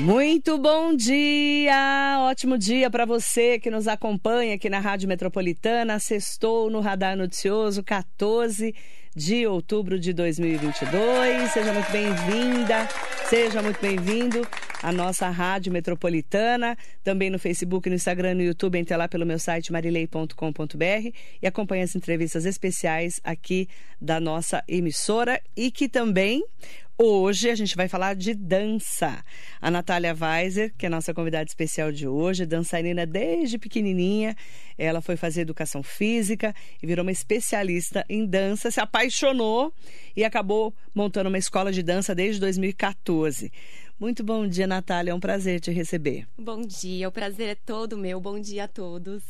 Muito bom dia! Ótimo dia para você que nos acompanha aqui na Rádio Metropolitana. Sextou no Radar Noticioso, 14 de outubro de 2022. Seja muito bem-vinda, seja muito bem-vindo à nossa Rádio Metropolitana, também no Facebook, no Instagram, no YouTube, entre lá pelo meu site marilei.com.br e acompanhe as entrevistas especiais aqui da nossa emissora e que também Hoje a gente vai falar de dança. A Natália Weiser, que é a nossa convidada especial de hoje, dançarina desde pequenininha, ela foi fazer educação física e virou uma especialista em dança, se apaixonou e acabou montando uma escola de dança desde 2014. Muito bom dia, Natália, é um prazer te receber. Bom dia, o prazer é todo meu. Bom dia a todos.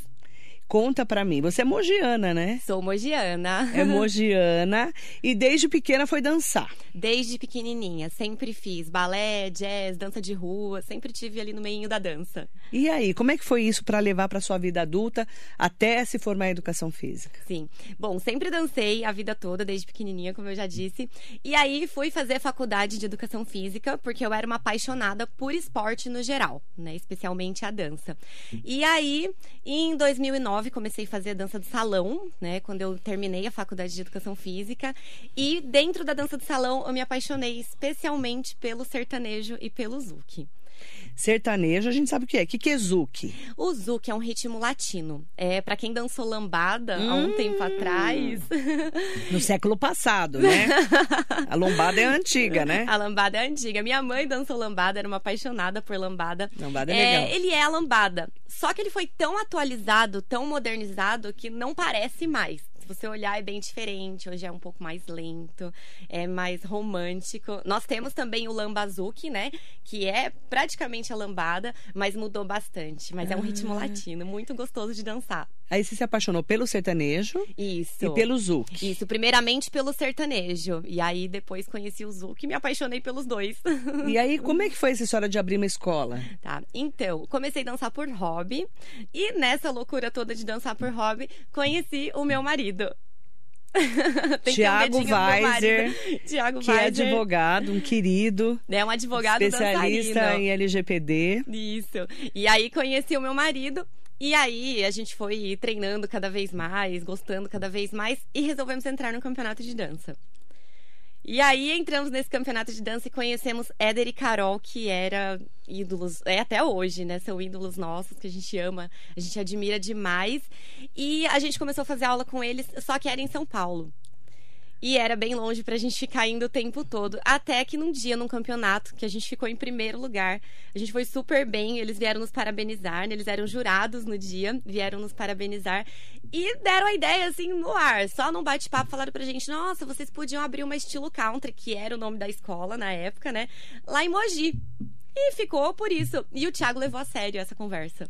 Conta pra mim, você é mogiana, né? Sou mogiana. É mogiana e desde pequena foi dançar. Desde pequenininha, sempre fiz balé, jazz, dança de rua, sempre tive ali no meio da dança. E aí, como é que foi isso pra levar pra sua vida adulta até se formar em educação física? Sim. Bom, sempre dancei a vida toda, desde pequenininha, como eu já disse. E aí fui fazer faculdade de educação física, porque eu era uma apaixonada por esporte no geral, né? Especialmente a dança. E aí, em 2009, comecei a fazer dança de salão, né? Quando eu terminei a faculdade de educação física. E dentro da dança de salão, eu me apaixonei especialmente pelo sertanejo e pelo zouk. Sertanejo, a gente sabe o que é. O que, que é zuki? O zouk é um ritmo latino. É para quem dançou lambada há um tempo atrás. No século passado, né? A lombada é antiga, né? A lambada é antiga. Minha mãe dançou lambada, era uma apaixonada por lambada. Lambada é legal. Ele é a lambada. Só que ele foi tão atualizado, tão modernizado, que não parece mais. Se você olhar, é bem diferente. Hoje é um pouco mais lento, é mais romântico. Nós temos também o lambazuki, né? Que é praticamente a lambada, mas mudou bastante. Mas é um Ah. ritmo latino, muito gostoso de dançar. Aí você se apaixonou pelo sertanejo Isso. e pelo zouk. Isso, primeiramente pelo sertanejo. E aí depois conheci o Zuki e me apaixonei pelos dois. E aí, como é que foi essa história de abrir uma escola? Tá. Então, comecei a dançar por hobby. E nessa loucura toda de dançar por hobby, conheci o meu marido. Tem que ter um Thiago dedinho do meu Weiser, marido. Thiago Que é Weiser. advogado, um querido, É um advogado especialista dançarino. em LGPD. Isso. E aí conheci o meu marido. E aí a gente foi treinando cada vez mais, gostando cada vez mais e resolvemos entrar no campeonato de dança. E aí entramos nesse campeonato de dança e conhecemos Éder e Carol, que era ídolos, é até hoje, né? São ídolos nossos que a gente ama, a gente admira demais. E a gente começou a fazer aula com eles, só que era em São Paulo. E era bem longe pra gente ficar indo o tempo todo. Até que num dia, num campeonato, que a gente ficou em primeiro lugar. A gente foi super bem, eles vieram nos parabenizar, né? eles eram jurados no dia, vieram nos parabenizar. E deram a ideia, assim, no ar. Só num bate-papo falaram pra gente: nossa, vocês podiam abrir uma estilo country, que era o nome da escola na época, né? Lá em Mogi. E ficou por isso. E o Thiago levou a sério essa conversa.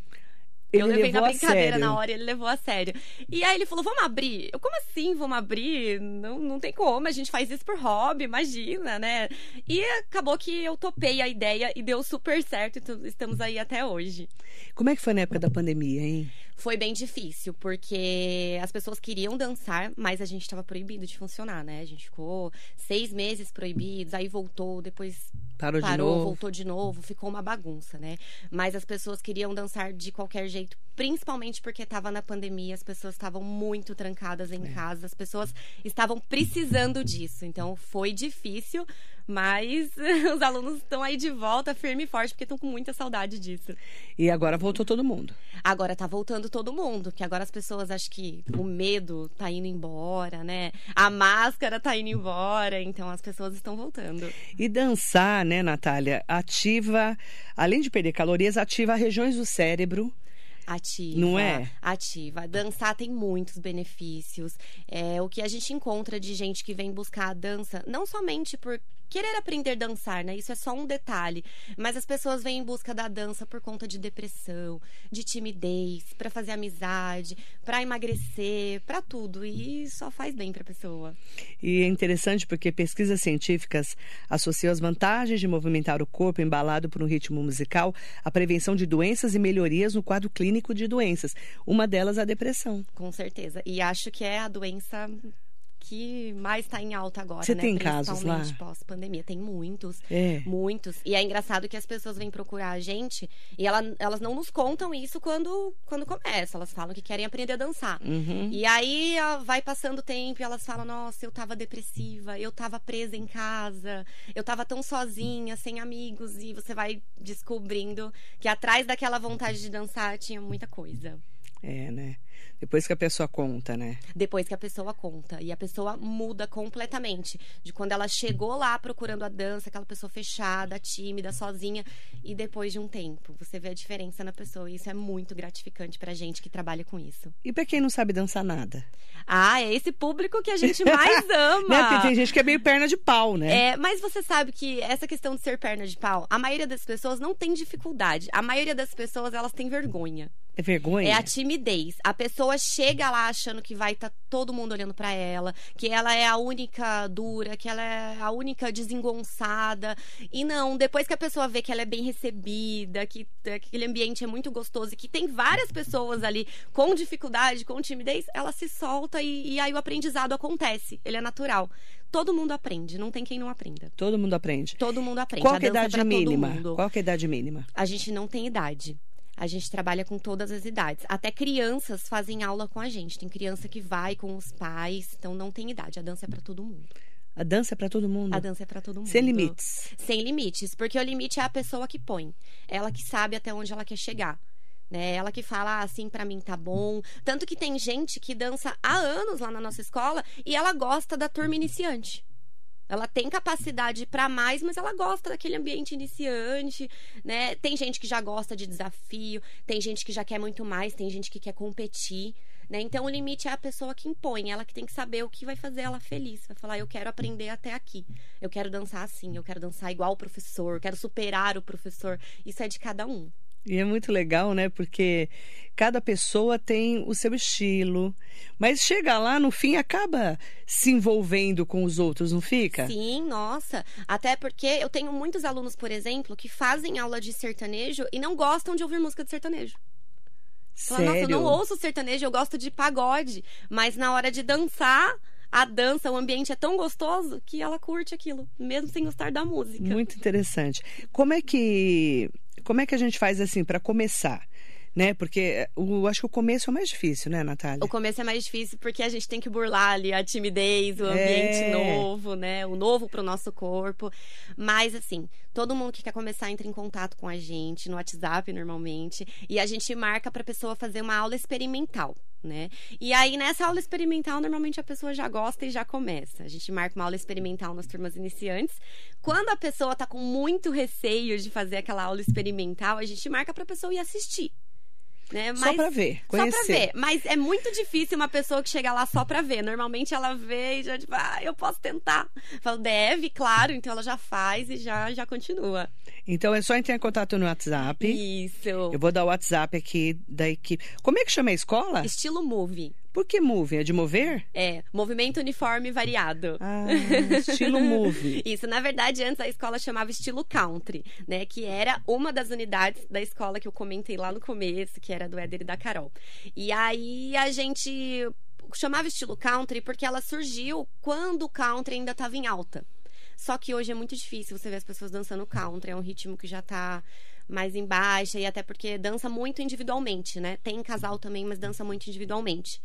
Ele eu levei levou na a brincadeira sério. na hora, ele levou a sério. E aí ele falou: vamos abrir. Eu, como assim vamos abrir? Não, não tem como, a gente faz isso por hobby, imagina, né? E acabou que eu topei a ideia e deu super certo, então estamos aí até hoje. Como é que foi na época da pandemia, hein? Foi bem difícil, porque as pessoas queriam dançar, mas a gente estava proibido de funcionar, né? A gente ficou seis meses proibidos, aí voltou, depois Parou, de parou, novo? voltou de novo, ficou uma bagunça, né? Mas as pessoas queriam dançar de qualquer jeito, principalmente porque estava na pandemia, as pessoas estavam muito trancadas É. em casa, as pessoas estavam precisando disso. Então foi difícil, mas os alunos estão aí de volta firme e forte porque estão com muita saudade disso. E agora voltou todo mundo. Agora tá voltando todo mundo, que agora as pessoas acho que o medo tá indo embora, né? A máscara tá indo embora, então as pessoas estão voltando. E dançar, né, Natália, ativa, além de perder calorias, ativa regiões do cérebro. Ativa. Não é? Ativa. Dançar tem muitos benefícios. É, o que a gente encontra de gente que vem buscar a dança, não somente por querer aprender a dançar, né? Isso é só um detalhe. Mas as pessoas vêm em busca da dança por conta de depressão, de timidez, pra fazer amizade, pra emagrecer, pra tudo. E só faz bem pra pessoa. E é interessante porque pesquisas científicas associam as vantagens de movimentar o corpo embalado por um ritmo musical à prevenção de doenças e melhorias no quadro clínico de doenças. Uma delas a depressão. Com certeza. E acho que é a doença que mais está em alta agora, Você né? tem casos lá? Principalmente pós-pandemia. Tem muitos. É. Muitos. E é engraçado que as pessoas vêm procurar a gente e ela- elas não nos contam isso quando, quando começa. Elas falam que querem aprender a dançar. Uhum. E aí ó, vai passando o tempo e elas falam: Nossa, eu tava depressiva, eu tava presa em casa, eu tava tão sozinha, sem amigos. E você vai descobrindo que atrás daquela vontade de dançar tinha muita coisa. É, né? Depois que a pessoa conta, né? depois que a pessoa conta. E a pessoa muda completamente. De quando ela chegou lá procurando a dança, aquela pessoa fechada, tímida, sozinha. E depois de um tempo, você vê a diferença na pessoa. E isso é muito gratificante pra gente que trabalha com isso. E pra quem não sabe dançar nada? Ah, é esse público que a gente mais Né? Porque ama. tem gente que é meio perna de pau, né? É, mas você sabe que essa questão de ser perna de pau, a maioria das pessoas não tem dificuldade. A maioria das pessoas, elas têm vergonha. É vergonha? É a timidez. A pessoa chega lá achando que vai estar todo mundo olhando pra ela, que ela é a única dura, que ela é a única desengonçada. E não, depois que a pessoa vê que ela é bem recebida, que, que aquele ambiente é muito gostoso e que tem várias pessoas ali com dificuldade, com timidez, ela se solta e, e aí o aprendizado acontece. Ele é natural. Todo mundo aprende, não tem quem não aprenda. Todo mundo aprende. Todo mundo aprende. Qual a que é a dança é idade pra mínima? todo mundo. Qual que é a idade mínima? A gente não tem idade. A gente trabalha com todas as idades. Até crianças fazem aula com a gente. Tem criança que vai com os pais. Então não tem idade. A dança é pra todo mundo. A dança é pra todo mundo? A dança é pra todo mundo. Sem limites. Sem limites, porque o limite é a pessoa que põe. Ela que sabe até onde ela quer chegar. Né? Ela que fala "Ah, assim, pra mim tá bom. Tanto que tem gente que dança há anos lá na nossa escola e ela gosta da turma iniciante. Ela tem capacidade pra mais, mas ela gosta daquele ambiente iniciante, né? Tem gente que já gosta de desafio, tem gente que já quer muito mais, tem gente que quer competir, né? Então o limite é a pessoa que impõe, ela que tem que saber o que vai fazer ela feliz, vai falar eu quero aprender até aqui. Eu quero dançar assim, eu quero dançar igual o professor, eu quero superar o professor. Isso é de cada um. E é muito legal, né? Porque cada pessoa tem o seu estilo. Mas chega lá, no fim, acaba se envolvendo com os outros, não fica? Sim, nossa. Até porque eu tenho muitos alunos, por exemplo, que fazem aula de sertanejo e não gostam de ouvir música de sertanejo. Fala, Sério? nossa, eu não ouço sertanejo, eu gosto de pagode. Mas na hora de dançar, a dança, o ambiente é tão gostoso que ela curte aquilo, mesmo sem gostar da música. Muito interessante. Como é que como é que a gente faz assim para começar, né? Porque o acho que o começo é o mais difícil, né, Natália? O começo é mais difícil porque a gente tem que burlar ali a timidez, o ambiente É. novo, né? O novo pro nosso corpo. Mas, assim, todo mundo que quer começar entra em contato com a gente, no WhatsApp normalmente. E a gente marca pra pessoa fazer uma aula experimental. Né? E aí, nessa aula experimental, normalmente a pessoa já gosta e já começa. A gente marca uma aula experimental nas turmas iniciantes. Quando a pessoa tá com muito receio de fazer aquela aula experimental, a gente marca pra pessoa ir assistir. Né? Só para ver, conhecer. Só pra ver. Mas é muito difícil uma pessoa que chega lá só pra ver. Normalmente ela vê e já, tipo, ah, eu posso tentar. Fala, deve, claro. Então ela já faz e já, já continua. Então é só entrar em contato no WhatsApp. Isso. Eu vou dar o WhatsApp aqui da equipe. Como é que chama a escola? Estilo move. Por que move? É de mover? É, movimento uniforme variado. Ah, estilo move. Isso, na verdade, antes a escola chamava estilo country, né? Que era uma das unidades da escola que eu comentei lá no começo, que era do Éder e da Carol. E aí a gente chamava estilo country porque ela surgiu quando o country ainda estava em alta. Só que hoje é muito difícil você ver as pessoas dançando country, é um ritmo que já tá mais em baixa e até porque dança muito individualmente, né? Tem casal também, mas dança muito individualmente.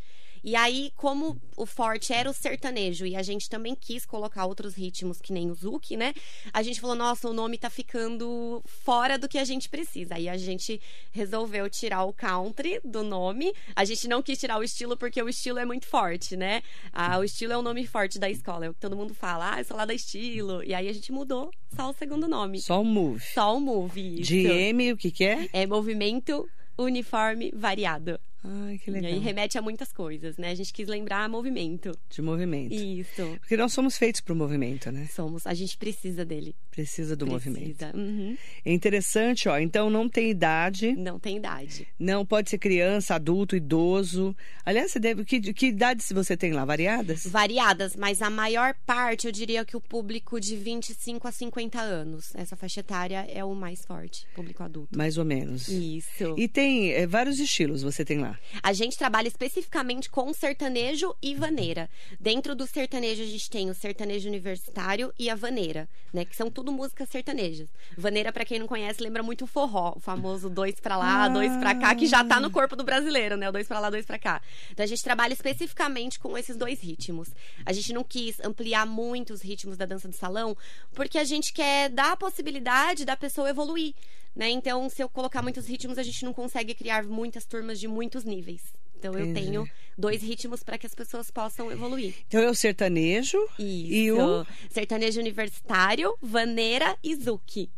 E aí, como o forte era o sertanejo e a gente também quis colocar outros ritmos que nem o Zouk, né? A gente falou, nossa, o nome tá ficando fora do que a gente precisa. Aí a gente resolveu tirar o country do nome. A gente não quis tirar o estilo porque o estilo é muito forte, né? Ah, o estilo é o nome forte da escola. É o que todo mundo fala, ah, eu sou lá da estilo. E aí a gente mudou só o segundo nome. Só o move. Só o move. isso. De M, o que que é? É movimento uniforme variado. Ai, que E aí legal. remete a muitas coisas, né? A gente quis lembrar movimento. De movimento. Isso. Porque nós somos feitos para o movimento, né? Somos. A gente precisa dele. Precisa do movimento. precisa. Uhum. É interessante, ó. Então não tem idade, Não tem idade. não pode ser criança, adulto, idoso. Aliás, você deve, que, que idades você tem lá? Variadas? Variadas, mas a maior parte, eu diria que o público de 25 a 50 anos. Essa faixa etária é o mais forte, público adulto. Mais ou menos. Isso. E tem eh, vários estilos você tem lá. Tá. A gente trabalha especificamente com sertanejo e vaneira. Dentro do sertanejo, a gente tem o sertanejo universitário e a vaneira, né? Que são tudo músicas sertanejas. Vaneira, pra quem não conhece, lembra muito o forró. O famoso dois pra lá, Ah. dois pra cá, que já tá no corpo do brasileiro, né? O dois pra lá, dois pra cá. Então, a gente trabalha especificamente com esses dois ritmos. A gente não quis ampliar muito os ritmos da dança do salão, porque a gente quer dar a possibilidade da pessoa evoluir né? Então, se eu colocar muitos ritmos, a gente não consegue criar muitas turmas de muitos níveis. Então, Entendi. eu tenho dois ritmos para que as pessoas possam evoluir. Então é o sertanejo, Isso. E um? o- Sertanejo universitário, vaneira e zuki.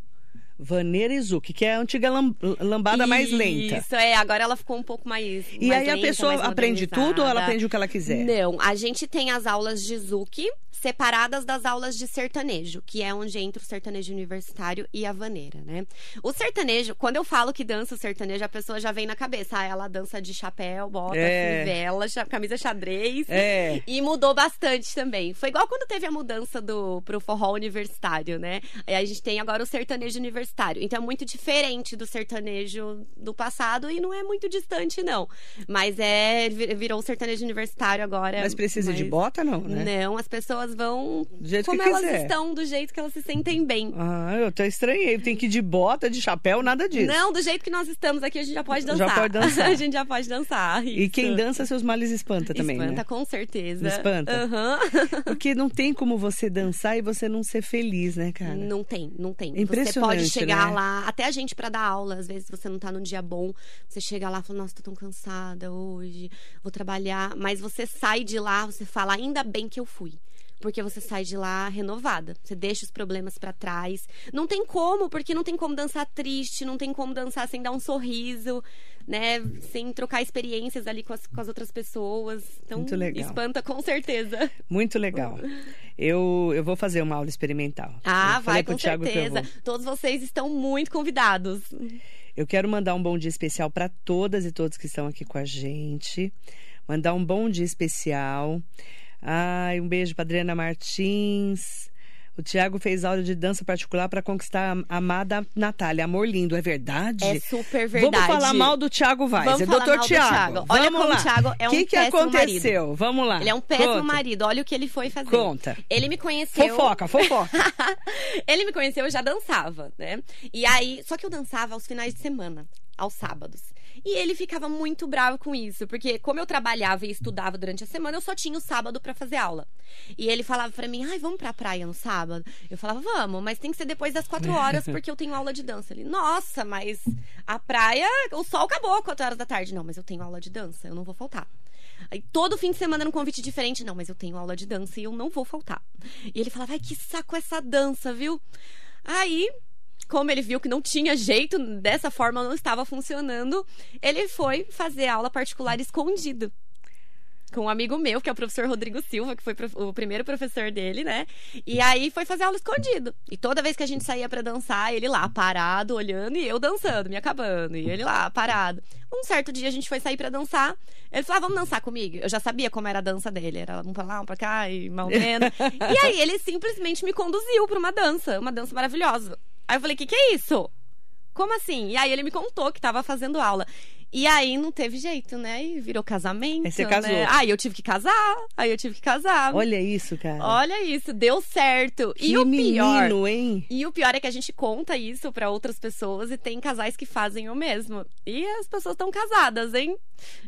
vaneira e zuki, que é a antiga lam- lambada mais lenta. Isso, é. Agora ela ficou um pouco mais. E mais aí a lenta, pessoa mais aprende tudo ou ela modernizada. aprende o que ela quiser? Não, a gente tem as aulas de Zuki separadas das aulas de sertanejo, que é onde entra o sertanejo universitário e a vaneira, né? O sertanejo, quando eu falo que dança o sertanejo, a pessoa já vem na cabeça. Ah, ela dança de chapéu, bota, É. fivela, cha- camisa xadrez. É. E mudou bastante também. Foi igual quando teve a mudança do pro forró universitário, né? Aí a gente tem agora o sertanejo universitário. Então é muito diferente do sertanejo do passado e não é muito distante não. Mas é vi- virou o sertanejo universitário agora. Mas precisa de É, mas- bota, não, né? Não, as pessoas vão Do jeito como que elas quiser. estão, do jeito que elas se sentem bem. Ah, eu até estranhei. Tem que ir de bota, de chapéu, nada disso. Não, do jeito que nós estamos aqui, a gente já pode Já dançar. pode dançar. a gente já pode dançar. E isso. quem dança seus males espanta também, Espanta, né? com certeza. Espanta. Aham. Porque não tem como você dançar e você não ser feliz, né, cara? Não tem, não tem. Você Impressionante, pode chegar né? lá, até a gente pra dar aula, às vezes você não tá num dia bom, você chega lá e fala, nossa, tô tão cansada hoje, vou trabalhar. Mas você sai de lá, você fala, ainda bem que eu fui. Porque você sai de lá renovada. Você deixa os problemas pra trás. Não tem como, porque não tem como dançar triste, não tem como dançar sem dar um sorriso, né? Sem trocar experiências ali com as, com as outras pessoas. Então, Muito legal. espanta com certeza. Muito legal. Eu, eu vou fazer uma aula experimental. Ah, Eu falei vai, pro com Thiago que eu certeza. vou. Todos vocês estão muito convidados. Eu quero mandar um bom dia especial para todas e todos que estão aqui com a gente. Mandar um bom dia especial. Ai, um beijo para Adriana Martins. O Thiago fez aula de dança particular para conquistar a amada Natália. Amor lindo, é verdade? É super verdade. Vamos falar mal do Thiago Vaz. Vamos é falar doutor mal do Thiago. Thiago. Olha Vamos como lá. o Thiago é um que que péssimo aconteceu? Vamos lá. Ele é um péssimo Conta, marido. Olha o que ele foi fazer. Conta. Ele me conheceu. Fofoca, fofoca. ele me conheceu, eu já dançava, né? E aí, só que eu dançava aos finais de semana, aos sábados. E ele ficava muito bravo com isso, porque como eu trabalhava e estudava durante a semana, eu só tinha o sábado pra fazer aula. E ele falava pra mim: "Ai, vamos pra praia no sábado?" Eu falava: "Vamos, mas tem que ser depois das quatro horas, porque eu tenho aula de dança". Ele: "Nossa, mas a praia, o sol acabou quatro horas da tarde". Não, mas eu tenho aula de dança, eu não vou faltar. Aí, todo fim de semana era um convite diferente. Não, mas eu tenho aula de dança e eu não vou faltar. E ele falava, ai, que saco essa dança, viu? Aí, como ele viu que não tinha jeito, dessa forma não estava funcionando, ele foi fazer aula particular escondido. Com um amigo meu, que é o professor Rodrigo Silva, que foi prof- o primeiro professor dele, né? E aí foi fazer aula escondido. E toda vez que a gente saía pra dançar, ele lá parado, olhando, e eu dançando, me acabando. E ele lá parado. Um certo dia a gente foi sair pra dançar. Ele falou: ah, vamos dançar comigo. Eu já sabia como era a dança dele. Era um pra lá, um pra cá, e mal menos. e aí ele simplesmente me conduziu pra uma dança, uma dança maravilhosa. Aí eu falei: que que é isso? Como assim? E aí ele me contou que tava fazendo aula. E aí não teve jeito, né? E virou casamento. Aí você né? casou. Aí eu tive que casar. Aí eu tive que casar. Olha isso, cara. Olha isso, deu certo. que e o pior. menino, hein? E o pior é que a gente conta isso pra outras pessoas e tem casais que fazem o mesmo. E as pessoas estão casadas, hein?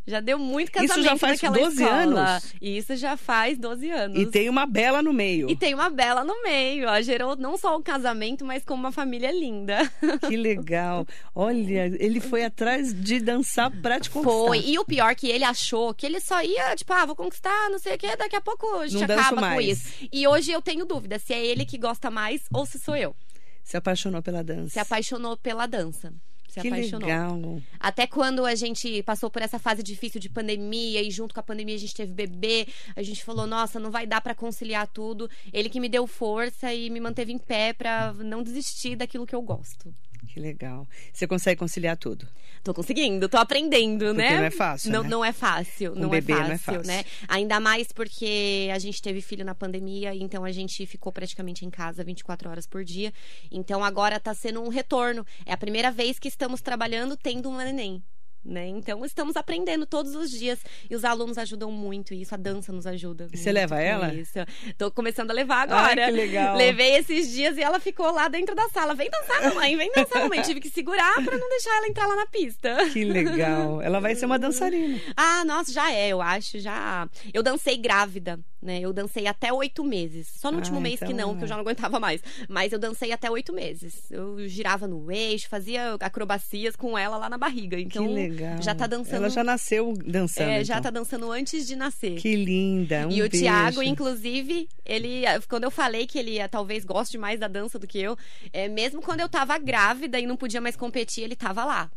Já deu muito Isso já casamento faz naquela 12 escola. anos? E isso já faz 12 anos. E tem uma bela no meio. E tem uma bela no meio, ó. Gerou não só um casamento, mas com uma família linda. Que legal. Olha, ele foi atrás de dançar pra te conquistar. Foi. E o pior que ele achou que ele só ia, tipo, ah, vou conquistar, não sei o quê, daqui a pouco a gente Não danço acaba com mais. isso. E hoje eu tenho dúvida se é ele que gosta mais ou se sou eu. Se apaixonou pela dança. se apaixonou pela dança. Se que apaixonou. legal. Até quando a gente passou por essa fase difícil de pandemia e junto com a pandemia a gente teve bebê, a gente falou, nossa, não vai dar pra conciliar tudo. Ele que me deu força e me manteve em pé pra não desistir daquilo que eu gosto. Que legal. Você consegue conciliar tudo. Tô conseguindo, tô aprendendo, Porque né? não é fácil, Não, né? não é fácil, Com não, bebê é não fácil é fácil. né? Ainda mais porque a gente teve filho na pandemia, então a gente ficou praticamente em casa 24 horas por dia. Então agora tá sendo um retorno. É a primeira vez que estamos trabalhando tendo um neném. né? Então estamos aprendendo todos os dias e os alunos ajudam muito isso, a dança nos ajuda. E você muito leva com ela? Isso. Tô começando a levar Ai, agora. que legal. Levei esses dias e ela ficou lá dentro da sala. Vem dançar, mamãe, vem dançar, mamãe. Tive que segurar pra não deixar ela entrar lá na pista. Que legal. Ela vai ser uma dançarina. Ah, nossa, já é, eu acho, já. Eu dancei grávida, né? Eu dancei até oito meses. Só no último Ah, mês que então não, que eu já não aguentava mais. Mas eu dancei até oito meses. Eu girava no eixo, fazia acrobacias com ela lá na barriga. Então, que legal. já tá dançando- Ela já nasceu dançando. é, já então. tá dançando antes de nascer. Que linda. Um e o beijo. Thiago, inclusive, ele. Quando eu falei que ele eh, talvez goste mais da dança do que eu, é, mesmo quando eu tava grávida e não podia mais competir, ele tava lá,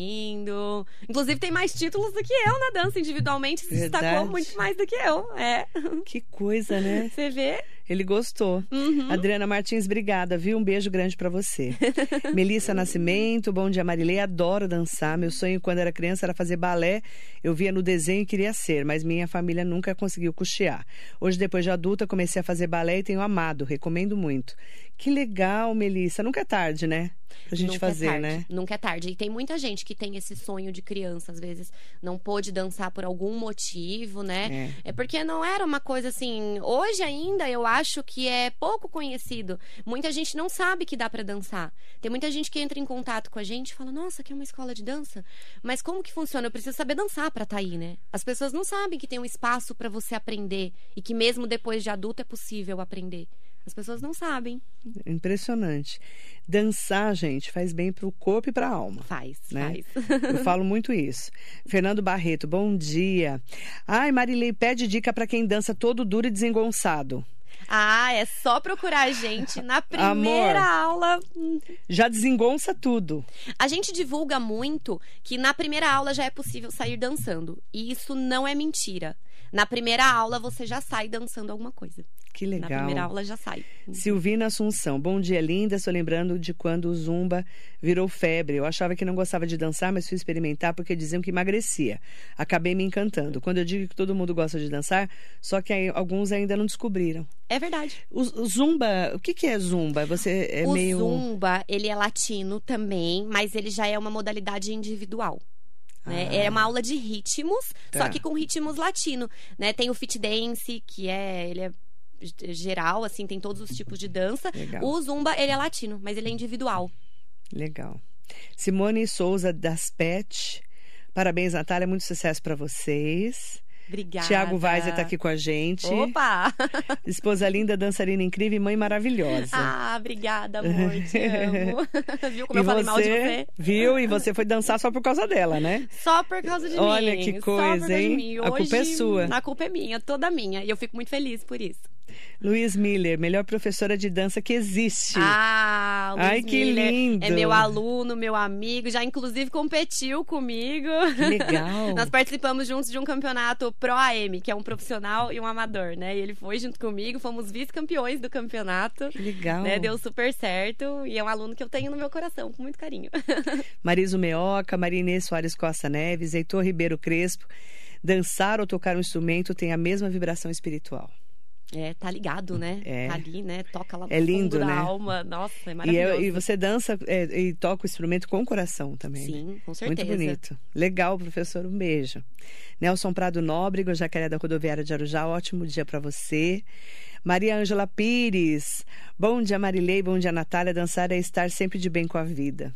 competindo. Inclusive, tem mais títulos do que eu na dança. Individualmente, se Verdade. destacou muito mais do que eu. É. Que coisa, né? Você vê? Ele gostou. Uhum. Adriana Martins, obrigada, viu? Um beijo grande pra você. Melissa Nascimento, bom dia, Marilei. Adoro dançar. Meu sonho quando era criança era fazer balé. Eu via no desenho e queria ser, mas minha família nunca conseguiu custear. Hoje, depois de adulta, comecei a fazer balé e tenho amado. Recomendo muito. Que legal, Melissa. Nunca é tarde, né? Pra gente Nunca fazer, é tarde. né? Nunca é tarde. E tem muita gente que tem esse sonho de criança, às vezes não pôde dançar por algum motivo, né? É. porque não era uma coisa assim. Hoje ainda eu acho que é pouco conhecido. Muita gente não sabe que dá pra dançar. Tem muita gente que entra em contato com a gente e fala: "Nossa, aqui é uma escola de dança, mas como que funciona? Eu preciso saber dançar pra estar aí, né?" As pessoas não sabem que tem um espaço pra você aprender e que mesmo depois de adulto é possível aprender. As pessoas não sabem. Impressionante. Dançar, gente, faz bem pro corpo e pra alma. Faz, Né? faz. Eu falo muito isso. Fernando Barreto, bom dia. Ai, Marilei, pede dica pra quem dança todo duro e desengonçado. Ah, é só procurar a gente na primeira aula. Já desengonça tudo. A gente divulga muito que na primeira aula já é possível sair dançando. E isso não é mentira. Na primeira aula você já sai dançando alguma coisa. Que Na primeira legal. aula já sai. Silvina Assunção, bom dia, linda. Estou lembrando de quando o Zumba virou febre. Eu achava que não gostava de dançar, mas fui experimentar porque diziam que emagrecia. Acabei me encantando. Quando eu digo que todo mundo gosta de dançar, só que aí alguns ainda não descobriram. É verdade. O, o Zumba, o que, que é Zumba? Você é o meio. zumba, ele é latino também, mas ele já é uma modalidade individual. né? Ah. É uma aula de ritmos, Tá. só que com ritmos latino, né? Tem o fit dance, que é, ele é g- geral, assim, tem todos os tipos de dança. Legal. O zumba, ele é latino, mas ele é individual. Legal. Simone Souza das Pet. Parabéns, Natália. Muito sucesso para vocês. Obrigada. Tiago Weiser tá aqui com a gente. Opa! Esposa linda, dançarina incrível e mãe maravilhosa. Ah, obrigada, amor. Te amo. Viu como e eu falei mal de você, você? viu? E você foi dançar só por causa dela, né? Só por causa de mim. Olha que Só por coisa, causa de hein? mim. A culpa Hoje, é sua. A culpa é minha, toda minha. E eu fico muito feliz por isso. Luiz Miller, melhor professora de dança que existe. Ah, o Luiz Ai, que Miller lindo. É meu aluno, meu amigo, já inclusive competiu comigo. Que legal. Nós participamos juntos de um campeonato Pro AM, que é um profissional e um amador, né? E ele foi junto comigo, fomos vice-campeões do campeonato. Que legal. Né? Deu super certo e é um aluno que eu tenho no meu coração, com muito carinho. Mariso Meoca, Marinês Soares Costa Neves, Heitor Ribeiro Crespo. Dançar ou tocar um instrumento tem a mesma vibração espiritual. É, tá ligado, né? É. Tá ali, né? Toca lá no É lindo, fundo da né? alma. Nossa, E, é é- maravilhoso. e você dança é, e toca o instrumento com o coração também. né? Sim, com Muito certeza. bonito. Legal, professor. Um beijo. Nelson Prado Nóbrego, Jacaré da Rodoviária de Arujá. Ótimo dia para você. Maria Ângela Pires. Bom dia, Marilei. Bom dia, Natália. Dançar é estar sempre de bem com a vida.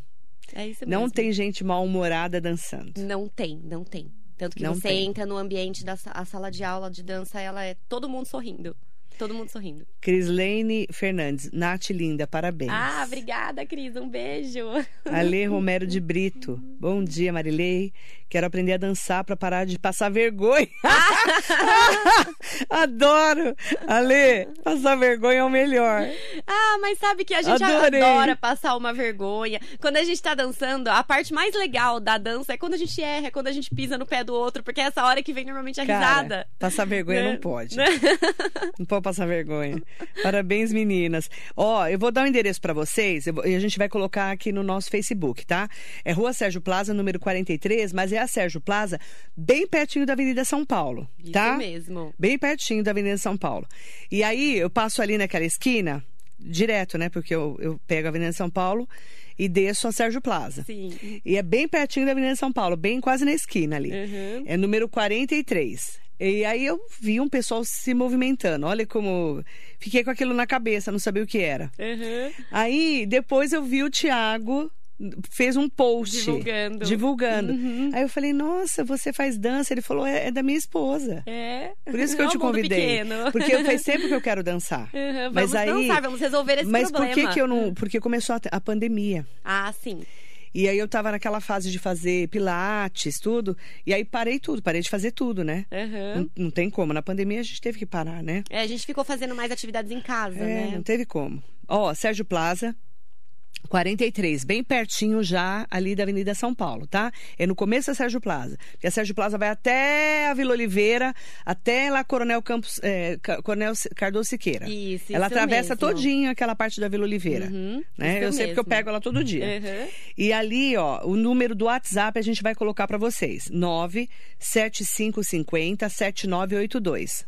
É isso mesmo. Não tem gente mal-humorada dançando. Não tem, não tem. Tanto que Não você tem. entra no ambiente da sa- a sala de aula de dança, ela é todo mundo sorrindo. Todo mundo sorrindo. Crislene Fernandes. Nath Linda, parabéns. Ah, obrigada, Cris. Um beijo. Alê Romero de Brito. Bom dia, Marilei. Quero aprender a dançar para parar de passar vergonha. Adoro! Alê, passar vergonha é o melhor. Ah, mas sabe que a gente Adorei. adora passar uma vergonha. Quando a gente tá dançando, a parte mais legal da dança é quando a gente erra, é quando a gente pisa no pé do outro, porque é essa hora que vem normalmente a Cara, risada. passar vergonha Né? não pode. Não pode passar vergonha. Parabéns, meninas. Ó, eu vou dar o endereço pra vocês eu vou- e a gente vai colocar aqui no nosso Facebook, tá? É Rua Sérgio Plaza, número 43, mas é a Sérgio Plaza, bem pertinho da Avenida São Paulo, Isso tá? mesmo. Bem pertinho da Avenida São Paulo. E aí eu passo ali naquela esquina direto, né? Porque eu, eu pego a Avenida de São Paulo e desço a Sérgio Plaza. Sim. E é bem pertinho da Avenida de São Paulo, bem quase na esquina ali. Uhum. É número 43. E aí eu vi um pessoal se movimentando. Olha como. Fiquei com aquilo na cabeça, não sabia o que era. Uhum. Aí depois eu vi o Thiago fez um post Divulgando. divulgando. Uhum. Aí eu falei, nossa, você faz dança? Ele falou, é, é da minha esposa. É. Por isso que eu É um te mundo convidei. pequeno. Porque faz sempre que eu quero dançar. Uhum, Mas vamos aí- dançar, vamos resolver esse Mas problema. por que, que eu não. Porque começou a, a pandemia. Ah, sim. E aí eu tava naquela fase de fazer pilates, tudo. E aí parei tudo, parei de fazer tudo, né? Uhum. Não, não tem como. Na pandemia a gente teve que parar, né? É, a gente ficou fazendo mais atividades em casa, É, né? não teve como. Ó, Sérgio Plaza. 43, bem pertinho já ali da Avenida São Paulo, tá? É no começo da Sérgio Plaza. Porque a Sérgio Plaza vai até a Vila Oliveira, até lá Coronel Campos, é, Ca- Coronel C- Cardoso Siqueira. Isso, ela isso atravessa mesmo. todinho aquela parte da Vila Oliveira. Uhum, né? isso Eu sei porque eu mesmo. pego ela todo dia. Uhum. E ali, ó, o número do WhatsApp a gente vai colocar pra vocês. 97550 7982.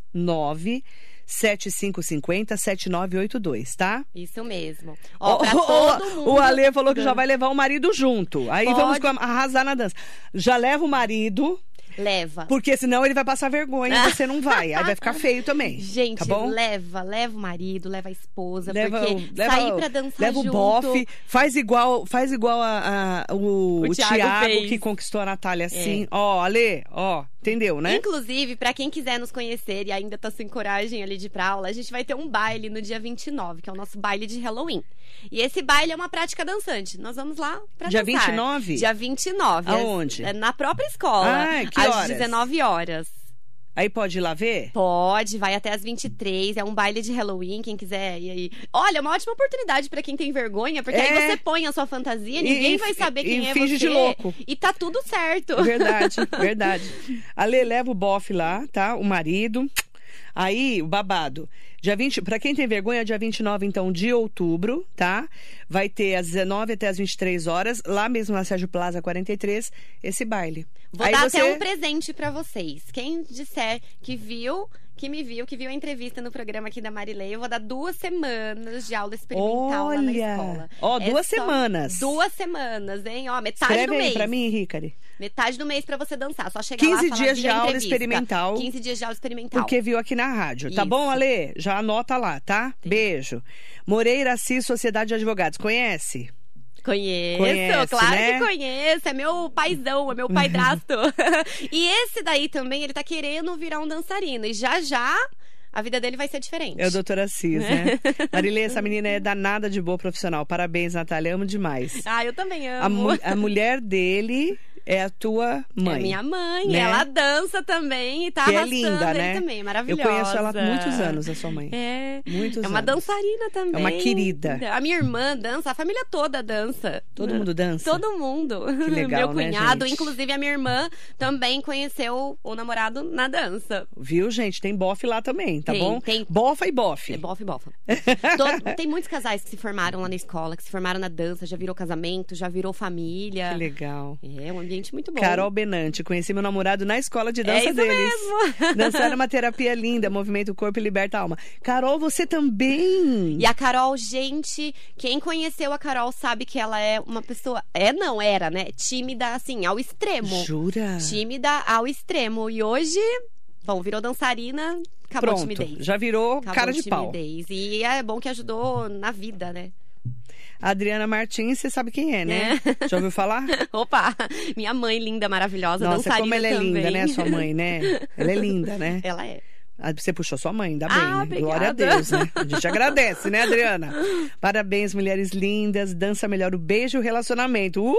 97550 7982, tá? Isso mesmo. Ó, pra Ó, todo ó, mundo. O Ale falou que já vai levar o marido junto. Aí Pode. vamos com- arrasar na dança. Já leva o marido, Leva. porque senão ele vai passar vergonha e você não vai. Aí vai ficar feio também. Gente, tá bom? leva, leva o marido, leva a esposa, Leva porque o- leva sair o- pra dançar Leva Tá junto. o bofe, faz igual, faz igual a, a- o, O o Thiago Thiago, fez. É. que conquistou a Natália assim. Ó, Ale, ó, entendeu, né? Inclusive, pra quem quiser nos conhecer e ainda tá sem coragem ali de ir pra aula, a gente vai ter um baile no dia 29, que é o nosso baile de Halloween. E esse baile é uma prática dançante. Nós vamos lá pra Dia dançar. 29? Dia 29. Aonde? É na própria escola. Ai, que às horas? 19 horas. Aí pode ir lá ver? Pode, vai até às 23. É um baile de Halloween, quem quiser ir aí. Olha, é uma ótima oportunidade pra quem tem vergonha, porque aí É. você põe a sua fantasia, E- ninguém e- vai saber e quem é finge você. de louco. E tá tudo certo. Verdade, verdade. Ale, leva o bofe lá, tá? O marido. Aí, o babado. Dia 20, pra quem tem vergonha, dia 29, então, de outubro, tá? Vai ter às 19 até às 23 horas, lá mesmo na Sérgio Plaza 43, esse baile. Vou Aí dar você... até um presente pra vocês. Quem disser que viu, que me viu, que viu a entrevista no programa aqui da Marilei, eu vou dar duas semanas de aula experimental lá na escola. Olha! Ó, É duas só semanas. Duas semanas, hein? Ó, metade Escreve do aí mês. pra mim, Ricari. Metade do mês pra você dançar. Só chegar lá 15 e falar dias "Vi de a aula entrevista". experimental. 15 dias de aula experimental. Porque viu aqui na rádio. Tá Isso. bom, Ale? Já anota lá, tá? Beijo. Moreira Assis, Sociedade de Advogados. Conhece? Conheço, Conhece, claro né? que conheço. É meu paizão, é meu paidrasto. e esse daí também, ele tá querendo virar um dançarino. E já já, a vida dele vai ser diferente. É o doutor Assis, né? Marilê, essa menina é danada de boa profissional. Parabéns, Natália. Amo demais. Ah, eu também amo. A, mu- a mulher dele é a tua mãe. É minha mãe, né? ela dança também e tá Que é arrastando linda, ele né? também, Eu maravilhosa. conheço ela há muitos anos, a sua mãe. É. Muitos É uma anos. dançarina também. É uma querida. A minha irmã dança, a família toda dança. Todo mundo dança? Todo mundo. Que legal, Meu né, cunhado, gente? inclusive a minha irmã, também conheceu o namorado na dança. Viu, gente? Tem bofe lá também, tá Tem, bom? tem. Bofa e bofe. É bofa e bofa. Todo- Tem muitos casais que se formaram lá na escola, que se formaram na dança, já virou casamento, já virou Que família. legal. É um ambiente muito bom. Carol Benante, conheci meu namorado na escola de dança é isso deles. mesmo. Dançar é uma terapia linda, movimenta o corpo e liberta a alma. Carol, você também. E a Carol, gente, quem conheceu a Carol sabe que ela é uma pessoa. É, não, era, né? Tímida, assim, ao extremo. Jura? Tímida ao extremo. E hoje, bom, virou dançarina, acabou a Pronto, timidez. já virou Acabou cara a de pau. timidez. E é bom que ajudou na vida, né? Adriana Martins, você sabe quem é, né? Já ouviu falar? Opa! Minha mãe linda, maravilhosa, Nossa, dançarina como ela é também. linda, né? Sua mãe, né? Ela é linda, né? Ela é. Ah, Você puxou sua mãe, ainda bem, Ah, né? Glória a obrigada. Deus, né? A gente agradece, né, Adriana? Parabéns, mulheres lindas. Dança melhor o beijo e o relacionamento. Uh!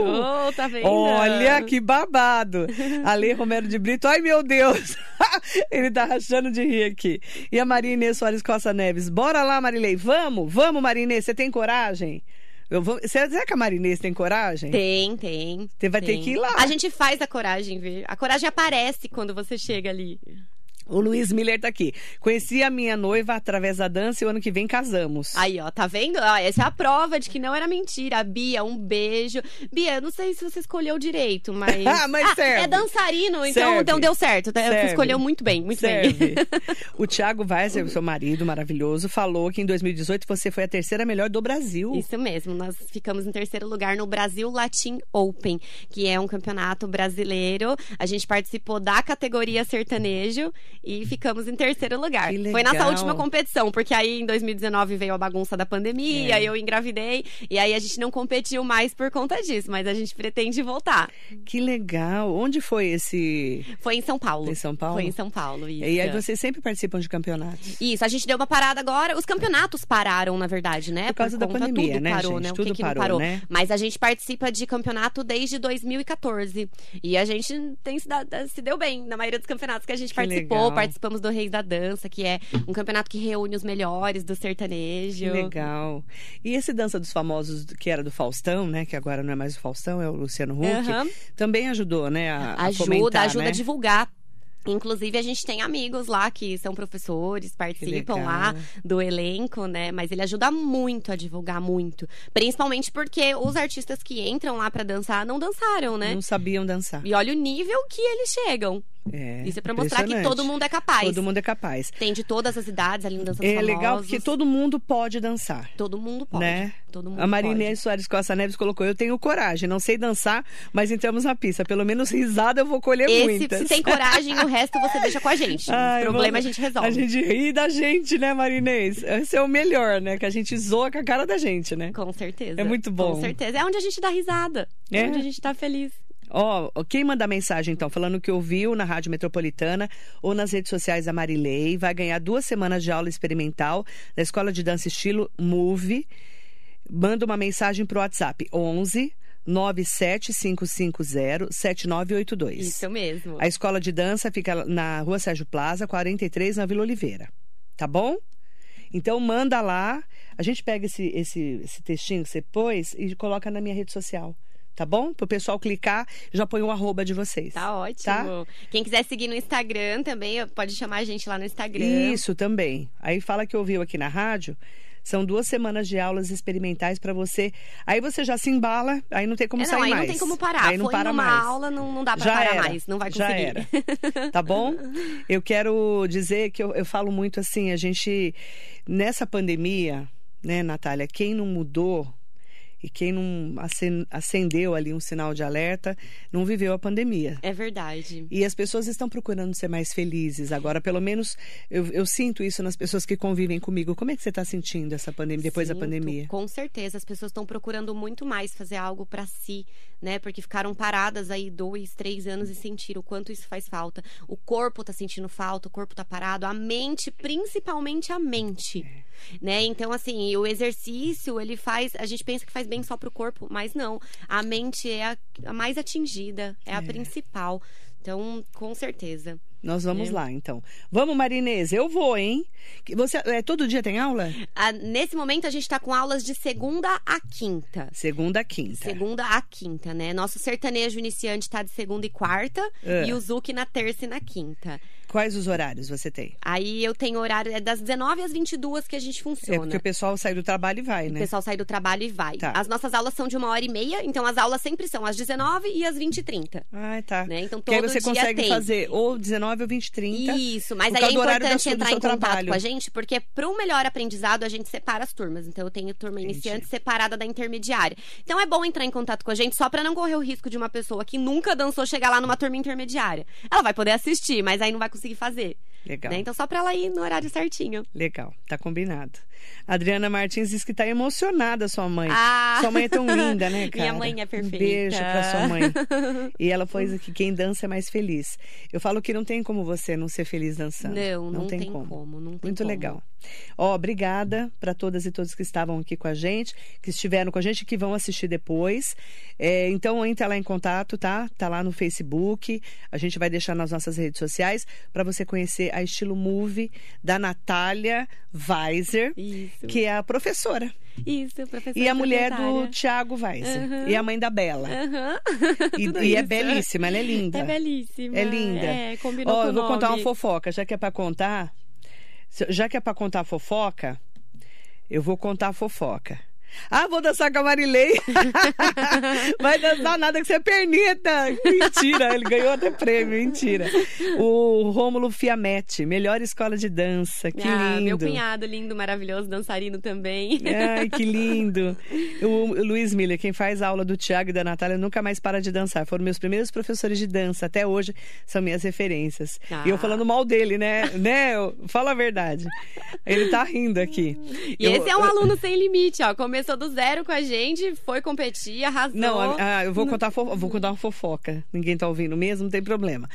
Oh, tá vendo? Olha que babado! Ale Romero de Brito, ai meu Deus! Ele tá rachando de rir aqui. E a Maria Inês Soares Costa Neves, bora lá, Marilei, vamos, vamos, Maria Inês, você tem coragem? Eu vou... Será será que a Maria Inês tem coragem? Tem, tem. Você vai ter tem. que ir lá. A gente faz a coragem, ver. A coragem aparece quando você chega ali. O Luiz Miller tá aqui. Conheci a minha noiva através da dança e o ano que vem casamos. Aí, ó, tá vendo? Ó, essa é a prova de que não era mentira. Bia, um beijo. Bia, eu não sei se você escolheu direito, mas. Ah, mas serve. é dançarino, então, Serve. então deu certo. tá? Serve. Você escolheu muito bem, muito bem. Serve. o Thiago Weiser, seu marido maravilhoso, falou que em 2018 você foi a terceira melhor do Brasil. Isso mesmo, nós ficamos em terceiro lugar no Brasil Latin Open, que é um campeonato brasileiro. A gente participou da categoria sertanejo e ficamos em terceiro lugar. Que Foi nessa legal. última competição, porque aí em 2019 veio a bagunça da pandemia, É. eu engravidei, e aí a gente não competiu mais por conta disso, mas a gente pretende voltar. Que legal. Onde foi esse? Foi em São Paulo. Em São Paulo? Foi em São Paulo, isso. E aí vocês sempre participam de campeonatos. Isso, a gente deu uma parada agora. Os campeonatos pararam, na verdade, né? Por causa da conta, pandemia, tudo né, parou, gente? né? O Tudo que que não parou, parou. né? Mas a gente participa de campeonato desde 2014. E a gente tem se, dado- se deu bem na maioria dos campeonatos que a gente Que participou. legal. Participamos do Reis da Dança, que é um campeonato que reúne os melhores do sertanejo. Que legal. E esse Dança dos Famosos, que era do Faustão, né? Que agora não é mais o Faustão, é o Luciano Huck. Aham. Também ajudou, né? A, a Ajuda, fomentar, ajuda né? a divulgar. Inclusive, a gente tem amigos lá que são professores, participam legal. lá do elenco, né? Mas ele ajuda muito a divulgar, muito. Principalmente porque os artistas que entram lá pra dançar não dançaram, né? Não sabiam dançar. E olha o nível que eles chegam. É, Isso é pra mostrar que todo mundo é capaz. Todo mundo é capaz. Tem de todas as idades ali no Dança dos É legal Famosos. porque todo mundo pode dançar. Todo mundo pode. Né? Todo mundo A Marinês pode. Soares Costa Neves colocou: Eu tenho coragem, não sei dançar, mas entramos na pista. Pelo menos risada eu vou colher Esse, muitas. se tem coragem, o resto você deixa com a gente. é Ai, o problema vamos- a gente resolve. A gente ri da gente, né, Marinês? Esse é o melhor, né? Que a gente zoa com a cara da gente, né? Com certeza. É muito bom. Com certeza. É onde a gente dá risada. É, É. onde a gente tá feliz. Ó, quem mandar mensagem, então, falando que ouviu na Rádio Metropolitana ou nas redes sociais da Marilei, vai ganhar duas semanas de aula experimental na Escola de Dança Estilo Move. Manda uma mensagem pro WhatsApp 11 97550 7982. Isso mesmo. A escola de dança fica na Rua Sérgio Plaza, 43, na Vila Oliveira. Tá bom? Então manda lá. A gente pega esse, esse, esse textinho que você pôs e coloca na minha rede social. Tá bom? Pro pessoal clicar, já põe o arroba de vocês. Tá ótimo. Tá? Quem quiser seguir no Instagram também, pode chamar a gente lá no Instagram. Isso também. Aí fala que ouviu aqui na rádio. São duas semanas de aulas experimentais pra você. Aí você já se embala, aí não tem como é, não, sair aí mais. não tem como parar. Aí não Foi para numa mais. aula, não, não dá Ah, pra Já parar era, mais. Não vai já conseguir. era. Tá bom? Eu quero dizer que eu, eu falo muito assim, a gente, nessa pandemia, né, Natália, quem não mudou e quem não acen- acendeu ali um sinal de alerta, não viveu a pandemia. É verdade. E as pessoas estão procurando ser mais felizes agora. Pelo menos eu, eu sinto isso nas pessoas que convivem comigo. Como é que você está sentindo essa pandemia depois da Sinto, pandemia? Com certeza, as pessoas estão procurando muito mais fazer algo pra si, né? Porque ficaram paradas aí dois, três anos e sentiram o quanto isso faz falta. O corpo tá sentindo falta, o corpo tá parado, a mente, principalmente a mente, É. né? Então, assim, o exercício, ele faz. A gente pensa que faz bem só pro corpo, mas não. A mente é a, a mais atingida, é, a principal. Então, com certeza. Nós vamos É. lá, então. Vamos, Marinês, eu vou, hein? Que Você, é, todo dia tem aula? Ah, nesse momento, a gente tá com aulas de segunda a quinta. Segunda a quinta. Segunda a quinta, né? Nosso sertanejo iniciante tá de segunda e quarta É. e o Zuki na terça e na quinta. Quais os horários você tem? Aí eu tenho horário é das 19 às 22 que a gente É funciona. porque o pessoal sai do trabalho e vai, O né? pessoal sai do trabalho e vai. Tá. As nossas aulas são de uma hora e meia, então as aulas sempre são às 19 e às 20 e 30. Ah, tá. Né? Então Porque todo aí você dia consegue tem. fazer ou 19 ou 20, 30. Isso, mas Então, por aí causa é do horário da importante sua- do entrar seu em contato trabalho. com a gente, porque para um melhor aprendizado a gente separa as turmas. Então eu tenho turma Entendi. iniciante separada da intermediária. Então é bom entrar em contato com a gente só para não correr o risco de uma pessoa que nunca dançou chegar lá numa turma intermediária. Ela vai poder assistir, mas aí não vai conseguir fazer. Legal. né? Então só para ela ir no horário certinho. Legal, tá combinado. Adriana Martins diz que tá emocionada sua mãe. Ah. Sua mãe é tão linda, né, Minha cara? mãe é Um beijo pra sua mãe. E ela pôs aqui, quem dança é mais feliz. Eu falo que não tem como você não ser feliz dançando. Não, não, tem, como. não tem Muito como. legal. Ó, obrigada para todas e todos que estavam aqui com a gente, que estiveram com a gente, e que vão assistir depois. É, então entra lá em contato, tá? Tá lá no Facebook. A gente vai deixar nas nossas redes sociais para você conhecer a Estilo Move da Natália Weiser, Isso. que é a professora Isso, professora. E a mulher do proprietária. Tiago Weiss. Aham. E a mãe da Bela. Aham. E, Tudo e é isso. belíssima, ela é linda. É belíssima. É linda. É, combinou Ó, com eu o vou contar uma nome. fofoca, já que é pra contar. se- Já que é pra contar fofoca, eu vou contar a fofoca. Ah, vou dançar com a Marilei. Vai dançar nada que você é pernita. Mentira, ele ganhou até prêmio, mentira. O Rômulo Fiametti, melhor escola de dança, que Ah, lindo. É, meu cunhado lindo, maravilhoso, dançarino também. Ai, que lindo. O Luiz Miller, quem faz a aula do Tiago e da Natália, nunca mais para de dançar. Foram meus primeiros professores de dança. Até hoje são minhas referências. Ah. E eu falando mal dele, né? né? Eu- Fala a verdade. Ele tá rindo aqui. E Eu- esse é um aluno sem limite, ó. Começou do zero com a gente, foi competir, arrasou. Não, a- a- eu vou contar, fo- vou contar uma fofoca. Ninguém tá ouvindo mesmo, não tem problema.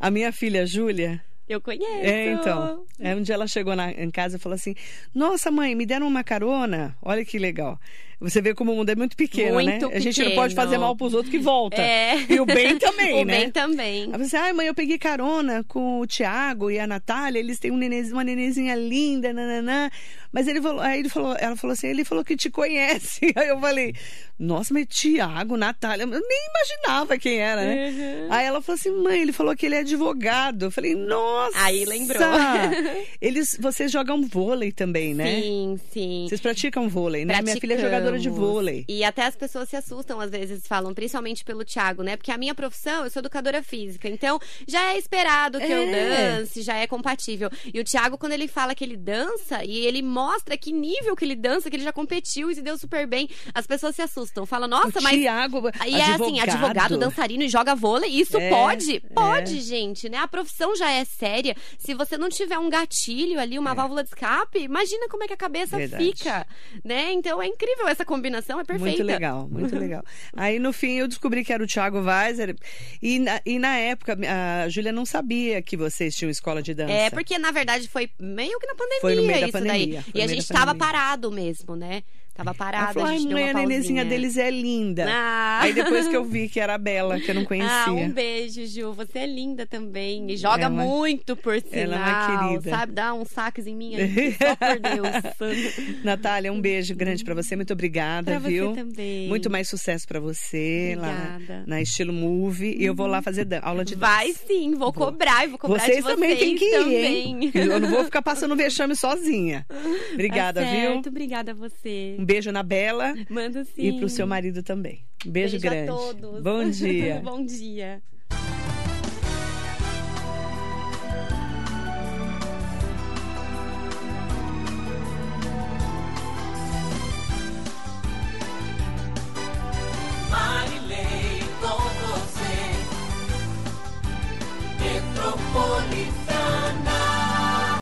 A minha filha, Júlia, Eu conheço. É, então. Aí um dia ela chegou na- em casa e falou assim: Nossa, mãe, me deram uma carona. Olha que legal. Você vê como o mundo é muito pequeno, Muito né? A gente não pequeno. pode fazer mal pros outros que volta. É. E o bem também, o né? bem também. Aí você, ai, mãe, eu peguei carona com o Tiago e a Natália, eles têm um nenenzinho- uma nenenzinha linda, nananã. Mas ele falou, aí ele falou, ela falou assim, ele falou que te conhece. Aí eu falei, nossa, mas Tiago, Natália, eu nem imaginava quem era, né? Uhum. Aí ela falou assim, mãe, ele falou que ele é advogado. Eu falei, nossa! Aí lembrou. Eles, vocês jogam vôlei também, né? Sim, sim. Vocês praticam vôlei, né? Minha filha é Praticamos. jogadora de vôlei. E até as pessoas se assustam, às vezes, falam, principalmente pelo Thiago, né? Porque a minha profissão, eu sou educadora física. Então, já é esperado que eu É. dance, já é compatível. E o Thiago, quando ele fala que ele dança, e ele mostra que nível que ele dança, que ele já competiu e se deu super bem, as pessoas se assustam. Falam, nossa, o mas. Tiago, E é assim, advogado, dançarino e joga vôlei, isso É, pode? é. Pode, gente, né? A profissão já é séria. Se você não tiver um gatilho ali, uma válvula de escape, imagina como é que a cabeça É. Verdade. fica, né? Então é incrível essa combinação, é perfeita. Muito legal, muito legal. Aí no fim eu descobri que era o Thiago Weiser. E na, e na época a Júlia não sabia que vocês tinham escola de dança. É, porque na verdade foi meio que na pandemia Foi no meio da isso pandemia, daí. foi no E a meio gente da tava pandemia. parado mesmo, né? Tava Ela parado, falou, a ai, gente mãe, a deu uma nenenzinha pausinha. deles é linda. Ah. Aí depois que eu vi que era a Bela, que eu não conhecia. Ah, um beijo, Ju. Você é linda também. E joga É uma- muito, por sinal. Ela é uma querida. Sabe, dá uns saques em mim aqui, só por Deus. Natália, um beijo grande pra você, muito obrigada, pra viu? você também. Muito mais sucesso pra você lá na, Obrigada. Uhum. na estilo movie. E eu vou lá fazer dan- aula de dança. Vai sim, Vou. vou cobrar e vou cobrar vocês de vocês também têm que ir, hein? também. Eu não vou ficar passando vexame sozinha. Obrigada, Tá viu? certo, Obrigada a você. Um beijo na Bela. Manda sim. e pro seu marido também. Um beijo, Beijo grande. a todos. Bom dia. Bom dia. Marilei com você. Metropolitana.